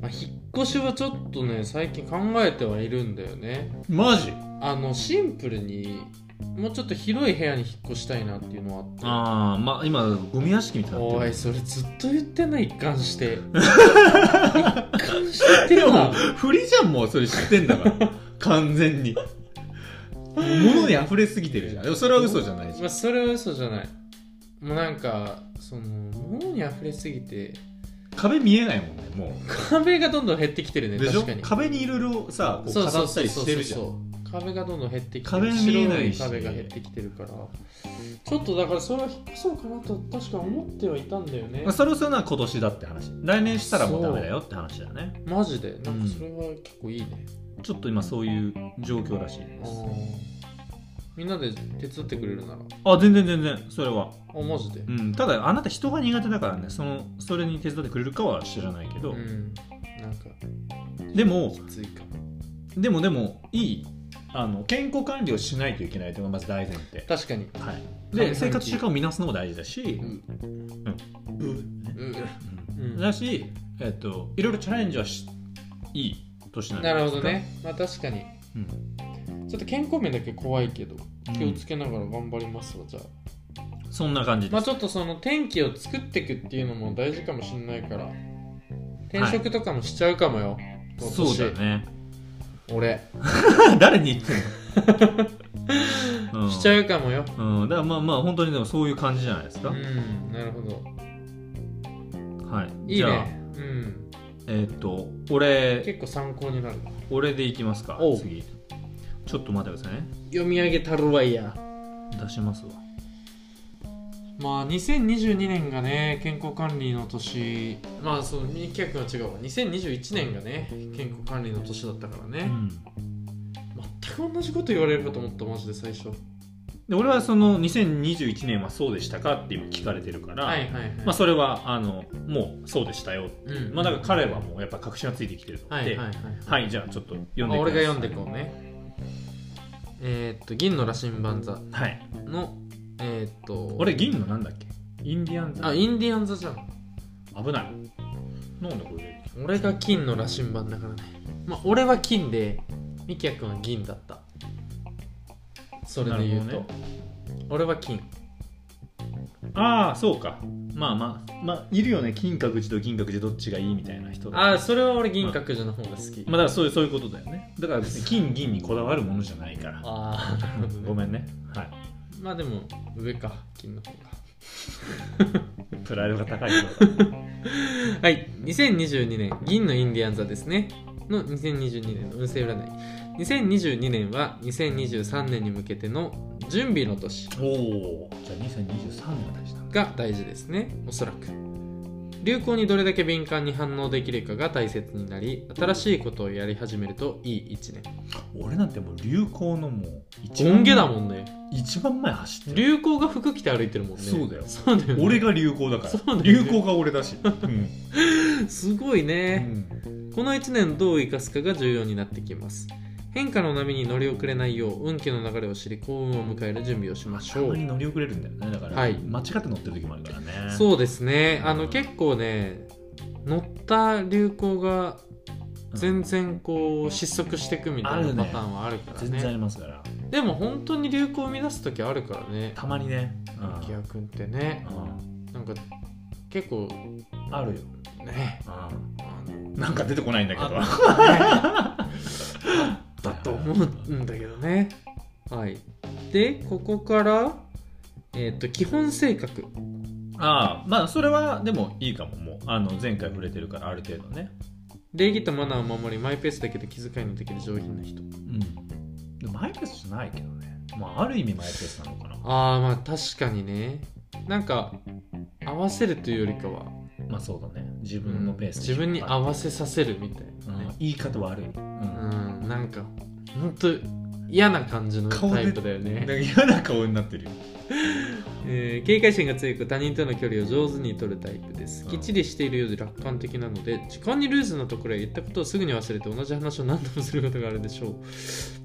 まあ、引っ越しはちょっとね最近考えてはいるんだよね
マジ
あのシンプルにもうちょっと広い部屋に引っ越したいなっていうのはあっ
ああまあ今ゴミ屋敷みたい
て
になっ
お
て
い
る
それずっと言ってない一貫して
<laughs>
一貫して言って
で
る
も
な
振りじゃんもうそれ知ってんだから
<laughs>
完全にもう物に溢れすぎてるじゃんでもそれは嘘じゃないじゃ
まあ、それは嘘じゃないもうなんかその物に溢れすぎて
ん壁見えないもんねもう
壁がどんどん減ってきてるね
でしょ
確かに
壁にいろいろさこう飾ったりしてるじゃん
ん壁がどんどん減ってきて
壁見えないし
白壁が減ってきてるからちょっとだからそれは引っ越そうかなと確か思ってはいたんだよね
まあそれをするのは今年だって話来年したらもうダメだよって話だよね
マジでなんかそれは結構いいね、
ちょっと今そういう状況らしいで
あ
す
ーみんなで手伝ってくれるなら
あ全然全然それは、
あマジで
うん、ただあなた人が苦手だからねそのそれに手伝ってくれるかは知らないけ
う
ど、
んなんか
でも
きついかも
でもでもいいあの健康管理をしないといけないというのがまず大前提
確かに
はい、で
はい
生活習慣を見直すのも大事だし
う、うん
うんだし、えっといろいろチャレンジはしいい年なんじ
な
ゃ
る
いで
ほ
す
ど
か、
ねまあ確かに
うん、
ちょっと健康面だけ怖いけど気をつ
け、
けながら頑張りますわじゃあ
そんな感じです、
まあちょっとその天気を作っていくっていうのも大事かもしれないから転職とかもしちゃうかもよ、今年
そうだよね
俺、
<laughs> 誰に言って
<laughs>
んの、うん、
しちゃうかもよ
うん、だからまあまあ本当にでもそういう感じじゃないです
う
か、
んなるほど
は
い
い
い
じゃあ
ねうん
えっ、と俺
結構参考になる
俺でいきますか
おう
次ちょっと待ってくださいね
読み上げたるわいや
出しますわ
まあ2022年がね健康管理の年まあそう三木屋君は違うわ2021年がね健康管理の年だったから
う
ね、
ん
全く同じこと言われるかと思ったマジで最初は
で俺はその2021年はそうでしたかって今聞かれてるから、
いはいはい
まあ、それはあのもうそうでしたよ、
うん
まあ、だから彼はもうやっぱ確信がついてきてるので、
はいはいはい
はいじゃあちょっと読んでくださ
あ
い
俺が読んでこうねえー、っと銀の羅針盤座
はい
のえー、っと
俺銀のなんだっけインディアンズ
あインディアン座じゃん
危ないなんだこれ
俺が金の羅針盤だからねまあ俺は金でミキヤ君は銀だったそれで言う
なる
と、
ほど
俺は金
ああそうかまあまあまあいるよね金閣寺と銀閣寺どっちがいいみたいな人
ああそれは俺銀閣寺の方が好き、
まあだからそういうそういうことだよねだから別に金銀にこだわるものじゃないから
ああなるほど
ご
ね
めんねはい
まあでも上か金の方が
プライドが高い人だ <laughs>
はい、2022年、銀のインディアン座ですね。の2022年の運勢占い。2022年は2023年に向けての準備の年
おおじゃあ2023年でした
が大事ですね、おそらく。流行にどれだけ敏感に反応できるかが大切になり、新しいことをやり始めるといい1
俺なんてもう流行のもう一
年。音源だ
ん
もんね。
一番前走ってる
流行が服着て歩いてるもんね。
そうだよ
そうだよね、
俺が流行だから <laughs>
そうだよね
流行が俺だし、うん
すごいうね。
ん
ここの1年どう生かすかが重要になってきます変化の波に乗り遅れないよう運気の流れを知り幸運を迎える準備をしましたょ
まに
う
乗り遅れるんだよねだから、
はい
間違って乗ってる時もあるからね
そうですねあ
う
の
ん
結構ね乗った流行が全然こう失速していくみたいなパターンはあるから
全然あ
ね
りますから
でも本当に流行を生み出す時あるからね
たまにね、うん
秋葉君ってね
うん
なんか結構
あるよ、
ね
う
あの
んなんか出てこないんだけど
あ <laughs> だと思うんだけどねはいでここからえっ、と基本性格
ああまあそれはでもいいかももうあの前回触れてるからある程度ね
礼儀とマナーを守りマイペースだけど気遣いのできる上品な人
うんでもマイペースじゃないけどねまあある意味マイペースなのかな
ああまあ確かにねなんか合わせるというよりかは
まあそうだね自分のペース
自分に合
わ
わせさせるみたいなね
言い方悪い、う
うんん、なんかほんと嫌な感じの
顔
タイプだよね
で嫌な顔になってるよ
えー警戒心が強く他人との距離を上手に取るタイプです
うん
きっちりしているようで楽観的なので時間にルーズなところへ言ったことをすぐに忘れて同じ話を何度もすることがあるでしょう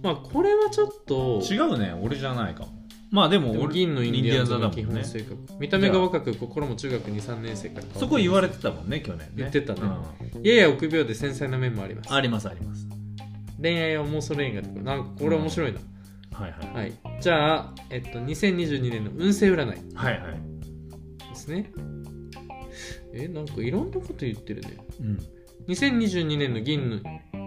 まあこれはちょっと
違うね俺じゃないかもまあでも
でも
俺
銀のインディアンズの基
インディア
本
ンズだ
性格、見た目が若く心も中学23年生から変わっています
そこ言われてたもんね去年ね
言ってたね
うん
やや臆病で繊細な面もあります
ありますあります
恋愛は妄想恋愛とかなんかこれ面白いな、
はいはい
はいじゃあ、えっと、2022年の運勢占い
はいはい
ですねえなんかいろんなこと言ってるね
うん
2022年の銀の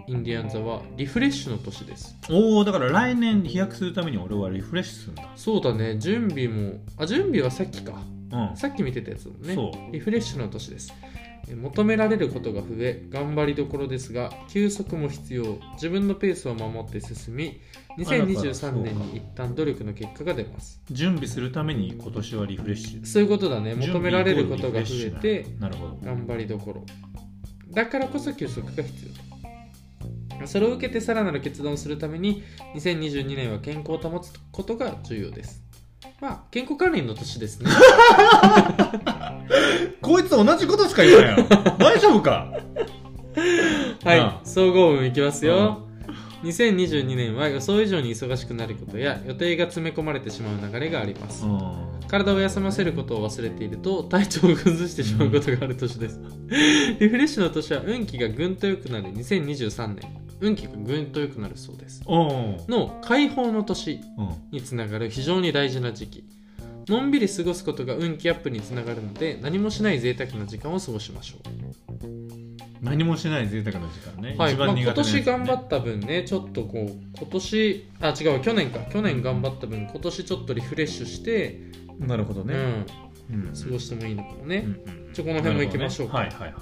インディアン座はリフレッシュの年です
おおだから来年飛躍するために俺はリフレッシュするんだ
そうだね準備もあ準備はさっきかさっき見てたやつだもん
うん
ね
そう
リフレッシュの年ですえ求められることが増え頑張りどころですが休息も必要自分のペースを守って進み2023年に一旦努力の結果が出ます
準備するために今年はリフレッシュ
そういうことだね求められることが増えて
なるほど
頑張りどころだからこそ休息が必要それを受けてさらなる決断をするために2022年は健康を保つことが重要ですまあ健康関連の年です
<laughs>
ね
こいつ同じことしか言わ <laughs> ないよ大丈夫か
は
ああ
い総合運いきますよ2022年は予想以上に忙しくなることや予定が詰め込まれてしまう流れがあります
うん
体を休ませることを忘れていると体調を崩してしまうことがある年
<laughs>
ですリフレッシュの年は運気がぐんと良くなる2023年運気がぐんと良くなるそうです
うん
の解放の年
うん
につながる非常に大事な時期のんびり過ごすことが運気アップにつながるので何もしない贅沢な時間を過ごしましょ
何もしない贅沢な時間ね
う、はい
一
まあ、
番苦手
今
なやつね
年頑張った分ねちょっとこう今年あ違う去年か去年頑張った分今年ちょっとリフレッシュして、
なるほど
う
ね
ん、
うん
過ごしてもいいのかもね、ち
ち
ょこの辺も行きましょうか
はいはいはい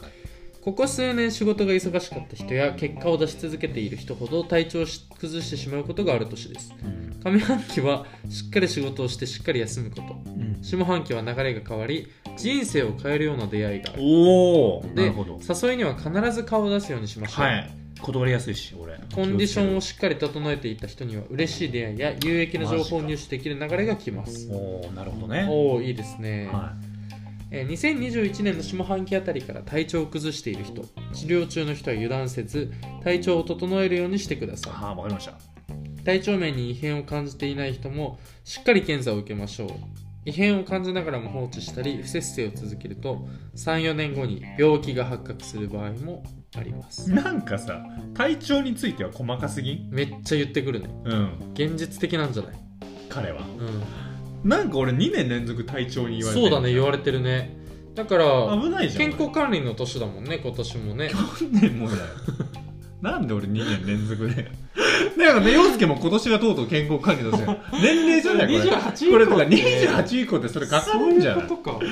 ここ数年仕事が忙しかった人や結果を出し続けている人ほど体調をし崩してしまうことがある年です
うん
上半期はしっかり仕事をしてしっかり休むこと下半期は流れが変わり人生を変えるような出会いがある
おおな
で
るほど
誘いには必ず顔を出すようにしましょう、
はい断りやすいし俺
コンディション
を
をしっかり整えていった人には嬉しい出会いや有益な情報を入手できる流れが来ます
おおなるほどね
おおいいですね、
は
えー2021年の下半期あたりから体調を崩している人治療中の人は油断せず体調を整えるようにしてくだ
い
さい
はあわかりました
体調面に異変を感じていない人もしっかり検査を受けましょう異変を感じながらも放置したり不節制を続けると34年後に病気が発覚する場合もあります
なんかさ体調については細かすぎん
めっちゃ言ってくるね
うん
現実的なんじゃない、
彼は
う
なんか俺2年連続体調
ん、
に言われて
そう
る
だね言われてるねだから
危ないじゃん
健康管理の年だもんね今年もね
去年もだよ <laughs> なんで俺2年連続でだ <laughs> からね陽介も今年はとうとう健康管理だし
<laughs>
年齢じゃないこれ
28
これとか28以降ってそれかかるんじゃない
そういうことか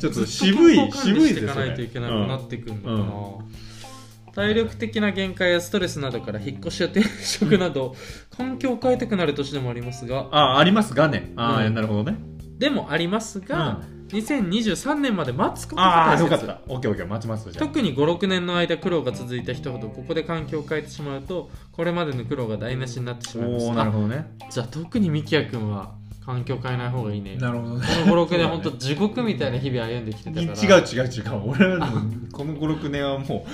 ちょっと渋い
ずっと健康管
渋
理
い
してい
で
か
す
ないといけなくなっていくんだよな、体力的な限界やストレスなどから引っ越しや転職など環境を変えたくなる年でもありますが
あありますがねああ、
うん
なるほどね
でもありますが、
うん
2023年まで待つこと
あ
が
あ
大
よ
切
かったオッケーオッケー待ちますじゃあ
特に56年の間苦労が続いた人ほどここで環境を変えてしまうとこれまでの苦労が台無しになってしまいまし
おお
た
なるほどね
じゃあ特にみきやくんは環境変えない方がいいね
なるほどね
この56年本当地獄みたいな日々歩んできてた
違う
から
違う違う俺はもうこの56年はも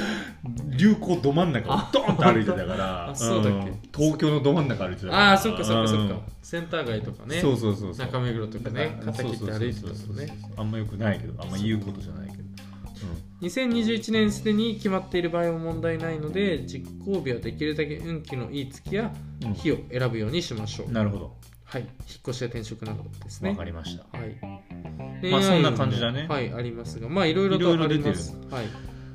う流行ど真ん中をドーンと歩いてたか
<laughs>
ら
あそうだっけ
ん東京のど真ん中歩いてたから
ああそっかそっかそっか
うん
センター街とかね
そうそうそうそう
中目黒とかね
だ
肩切って歩いてた
そうそう
もん
そうそう
ね
あんまよくないけどあんま言うことじゃないけど、
2021年すでに決まっている場合も問題ないので実行日はできるだけ運気のいい月や
うん
日を選ぶようにしましょう、
なるほど
はい引っ越しや転職などです
わ
ね
かりました
はい
まあそんな感じだね
はいありますがまあいろいろとありますはい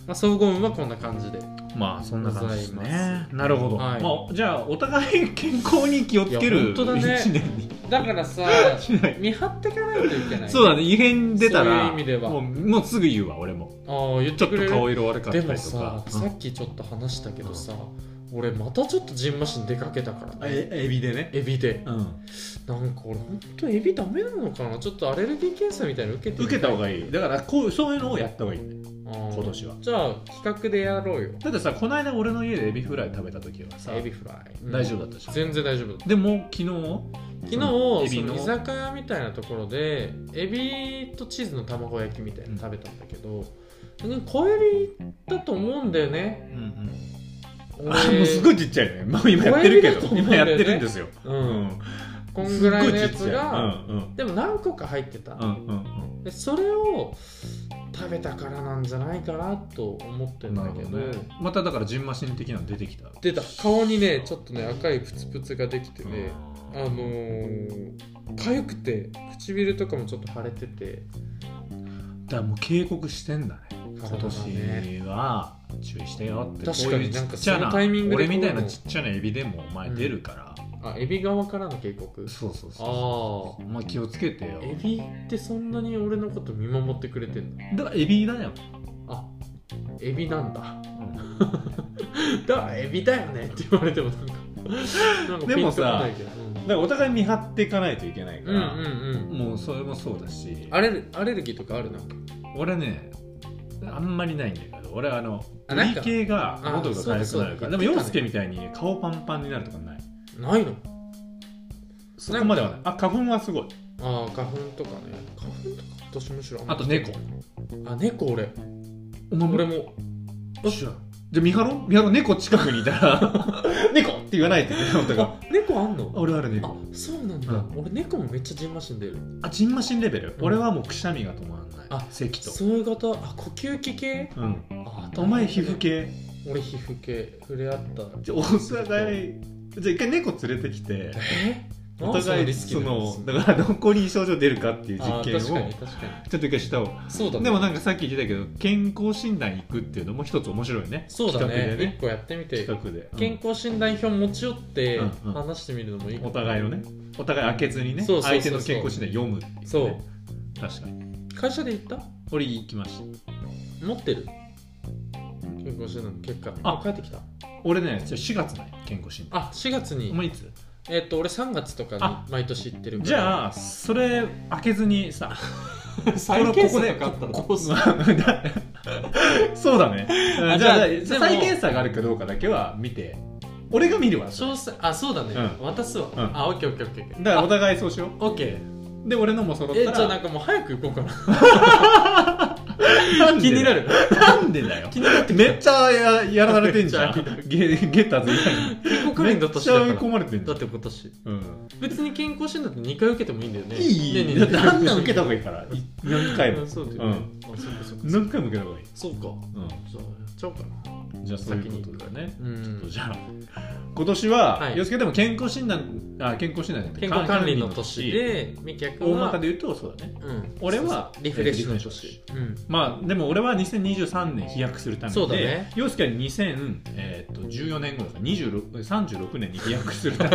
まあ、総合運はこんな感じで
まあそんな感じです
ございま
ねなるほど、
はい
まあ、じゃあお互い健康に気をつけ
いや
る
本当だね
1年に
だからさ
<laughs> しない
見張っていかないといけない
そうだね異変出たら
そういう意味では
もうもうすぐ言うわ俺も
ああ言っ
ち
て
ょっ
く
と
れる
顔色悪かった
で
りと
も
か
さ、
うん
さっきちょっと話したけどさ、俺またちょっとジンマシン出かけたからね
えエビでね
エビで
うん、
なんか俺ほんとエビダメなのかなちょっとアレルギー検査みたいなの受けてみ
受けた方が
い
いいだからこうそういうのをやった方がいいね
今
今年は
じゃあ企画でやろうよ
だってさこの間俺の家でエビフライ食べた時はさ
エビフライ、うん
大丈夫だったじゃん
全然大丈夫だった
でも昨日
昨日
うんエビ
その
の
居酒屋みたいなところでエビとチーズの卵焼きみたいなの食べたんだけど、うん、小エビだと思うんだよね
うんうんあ
俺
もうすごいちっちゃいね、まあ、今やってるけ
小指だ
ど、
と思うん
今
だよ
や
ね
ってるんですよ、
う、
うん
こんぐらいのやつが、
すっごいちっ
でも何個か入ってた、
ちゃいうんうんうん
でそれを食べたからなんじゃないかなと思って
うんん
だ
なる
け
ほ
ど
どねまただからジンマシン的なの出てきた
出た顔にねちょっとね赤いプツプツができてね、
うん
あのー、痒くて唇とかもちょっと腫れてて
だからもう警告してんだね今
体がね
年は注意してよって
確かに
こういう
なん
ち
か
っちゃ
そ
な
のタイミングでこう
俺みたいなちっちゃなエビでもお前出るから、
あエビ側からの警告
そうそうそう
あ
お前気をつけて
あ
よ
エビってそんなに俺のこと見守ってくれてんの
だからエビだよ、
あエビなんだ <laughs> だからエビだよねって言われてもなんかなんかピンとこないけど
でもさ
うん
だからお互い見張っていかないといけないか
うんうん
ら、
うん
もうそれもそうだし
アレルアレルギーとかあるなんか
俺ねあんまりないんだけど俺はあの
あなんか
胃系が
あ
喉が痒くなるから
そ
で
うだそうだ言ってた
も
ね
洋介みたいに顔パンパンになるとかない
ないの
そこまではないあ花粉はすごい
ああ花粉とかね花粉とか私むしろんま
あと猫
あ猫俺
お前
俺も
じゃあ見張ろう見張ろう猫近くにいたら <laughs> 猫って言わないとね <laughs> 本当が
あ猫あんの
俺ある
あ
猫
そうなんだ、
う
俺猫もめっちゃジンマシン出る
あジンマシンレベル、
うん
俺はもうくしゃみが止まらない
あ
咳と
そういう方あ呼吸器系
うん
あ
お前皮膚系
俺皮膚系触れ合った
じゃあお互いじゃあ一回猫連れてきて
え
お互いそのだからどこに症状出るかっていう
あー
実験を
確かに
ち
確か
ょっと一回した方が
にそうだね
でもなんかさっき言ってたけど健康診断行くっていうのも一つ面白いよね
そうだ
企
ね
画でね
一個やってみて
企画で、うん
健康診断表持ち寄って
うんうん
話してみるのもいいか
お
も
互いのねお互い開けずにね
そうそうそうそう
相手の健康診断読むっていう、ね、
そう
確かに
会社で行った
俺行きました
持ってる健康診断の結果
あ
帰ってきた
俺ねじゃあ4月だよ健康診断
あ4月
お
に
前いつ
えっと俺3月とか
あ
に毎年行ってるから
じゃあそれ開けずにさ
再検査があったらど
ここ
うす
で
る
そうだね
あ
じゃあ
じゃあでも
再検査があるかどうかだけは見て俺が見るわだか
詳細あそうだね、
う
渡すわ、
ん
あオッケーオッケーオッケーオッケー
らお互いそうしよ
あオッケー
うで俺のも揃った
え
ら
じゃあなんかもう早く行こうかな
なんで
気になる
なんでだよ
気になってきた
めっちゃややられてんじゃん
めっちゃやられ
ゲゲッターズ以
健康
外
関連
に
だ
めっ
ったし
ち
だ
ゃ
から
追い込まれてんじ
だ
ゃ
っ
ん
て今年
うん
別に健康診断って2回受けてもいいんだよね
いい
ねえ
い
ね
い
え
だってあんなん受けた方がいいからい何回
う
も
んそうだよ
う
ね
ん、
あそうかそうか
何回も受けた方がいい、
そうかじゃあやっちゃおうかな
うん、じゃあそういうことだね
う
ちょっと
ん
じゃあ今年は、
はい
洋介でも健康診断あ健康診断じゃなくて
健康管理の年で美脚は
大まかで言うとそうだね
うん、
俺は
リフレッシュの
リフレッ
年
シ、
うん、
まあでも俺は2023年飛躍するため
そうだ
で
ね
洋介は2014年頃か26 36年に飛躍
<laughs>
するため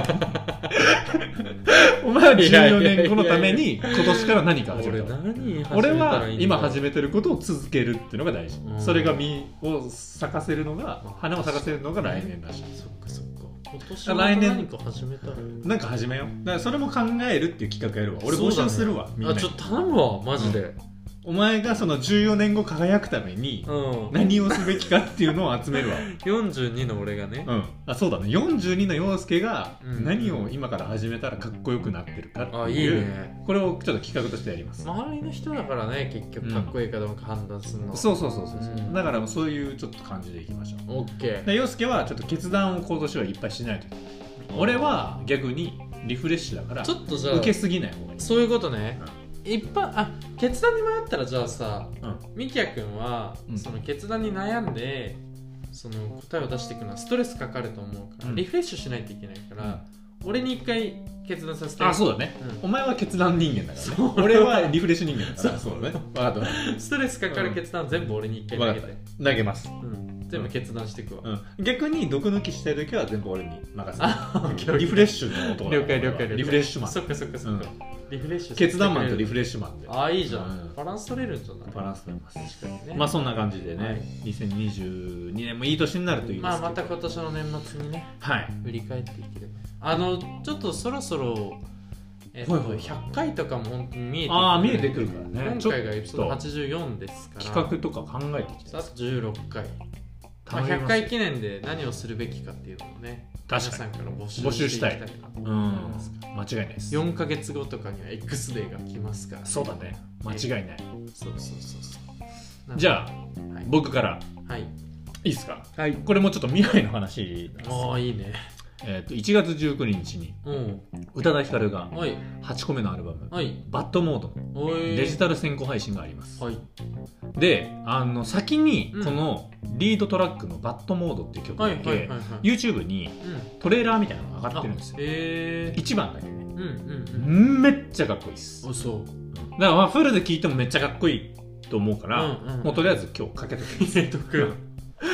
お前は14年後のために今年から何か始め
俺
た
何
俺は今始
め
めてることを続けるっていうのが大事
うん
それが実を咲かせるのが花を咲かせるのが来年だし
そっかそっか今年
は
来年何か
何
始めたら
なんか始めようだからそれも考えるっていう企画やるわ俺募集するわみん
あ
なに
ちょっと頼むわマジで、
お前がその14年後輝くために
うん
何をすべきかっていうのを集
<laughs>
めるわ
42の俺がね
うんあそうだね42の陽介が
うん
何を今から始めたらかっこよくなってるかっていう
あいいね
これをちょっと企画としてやります
周りの人だからね結
う
局
ん
かっこいいかどうか判断するの
そうそうそうそう、
うん
だからそういうちょっと感じでいきましょ
オッケ
う
ー
で陽介はちょっと決断を今年はいっぱいしないといけない俺は逆にリフレッシュだから
ちょっとじゃあ
受けすぎない方がいい
そういうことね一般あ決断に迷ったらじゃあさみきやくんは、
うん
その決断に悩んでその答えを出していくのはストレスかかると思うから、
うん
リフレッシュしないといけないか
う
ら、俺に一回決断させて
ん、あそうだね
うん
お前は決断人間だから、ね
そ、う
俺はリフレッシュ人間だから
そう
ね分かった分かっ
ストレスかかる決断は全部俺に一
た
回投げ
分か
て、
った投げます、
うん、全部決断していくわ、
うん、逆に毒抜きしたい時は全部俺に任 <laughs> せ
あオッケーオッケー
るリフレッシュの男だ
了解了解了解
リフレッシュマン
そっかそっかそっか、リフレッシュ
決断マンとリフ
レ
レッシュマンで
ああいいじゃん、
うん
バランス取れるんじゃない
バランス取れます
確かにね
まあそんな感じでね、
はい
2022年もいい年になるといいですけど
まあまた今年の年末にね
はい
振り返っていければあのちょっとそろそろ、えっと
はいはい
100回とかも本当に見えて
ああ見えてくるからね
今回がエピソード
ちょっ
84ですから
と企画とか考えてき
ち
て
ょっとあと16回、まあ、
頼み
100
ますよ
回記念で何をするべきかっていうのをね
確
皆
か
さ
に
んから募集
募集したい
していきたいなと
う
思い
ん
ますから
間違いないです
4か月後とかには X デーが来ますから
そうだね間違いない
そうそうそうそう
じ
あ
ゃあ
はい
僕から
はい、
いいですか
はい、
これもちょっと未来の話なんです
ああいいね
えー、と1月19日に
うん
宇多田ヒカルが
はい
8個目のアルバム「
はい
バッドモード」の
おい
デジタル先行配信があります、
はい
であの先に
うん
このリードトラックの「バッドモード」っていう曲
はい
だ
はいはい
け
はい
YouTube に
うん
トレーラーみたいなのが上がってるんですよ
えー、
1番だけね
うんうん
めっちゃかっこいいです
うんあ
だ
そう
からまあフルで聴いてもめっちゃかっこいいと思うから、
うんうん
も
<laughs>
うとりあえず今日かけと
入れとく
く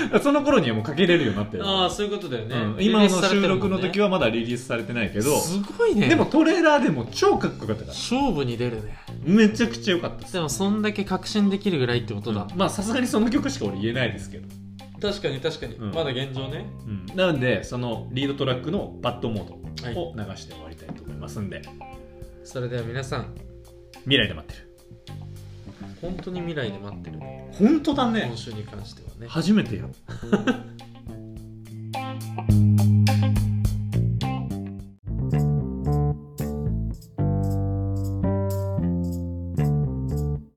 <laughs> その頃にはもうかけれるようになってる
ああそういうことだよね、
うん今の収録の時
は
はまだリリースされてないけ
け
ど、
すごいね
でもトレーラーでも超かっこよかったから
勝負に出るね
めちゃくちゃ良かったです
でもそんだけ確信できるぐらいってことだ、
まあさすがにその曲しか俺言えないですけど、
確かに確かに、
うん
まだ現状ね
なんでそのリードトラックのバッドモ
は
ー
い
ドを流して終わりたいと思いますんで、
それでは皆さん
未来で待ってる
本当に未来で待ってるね
本当だ
今週に関してはね
初めてよ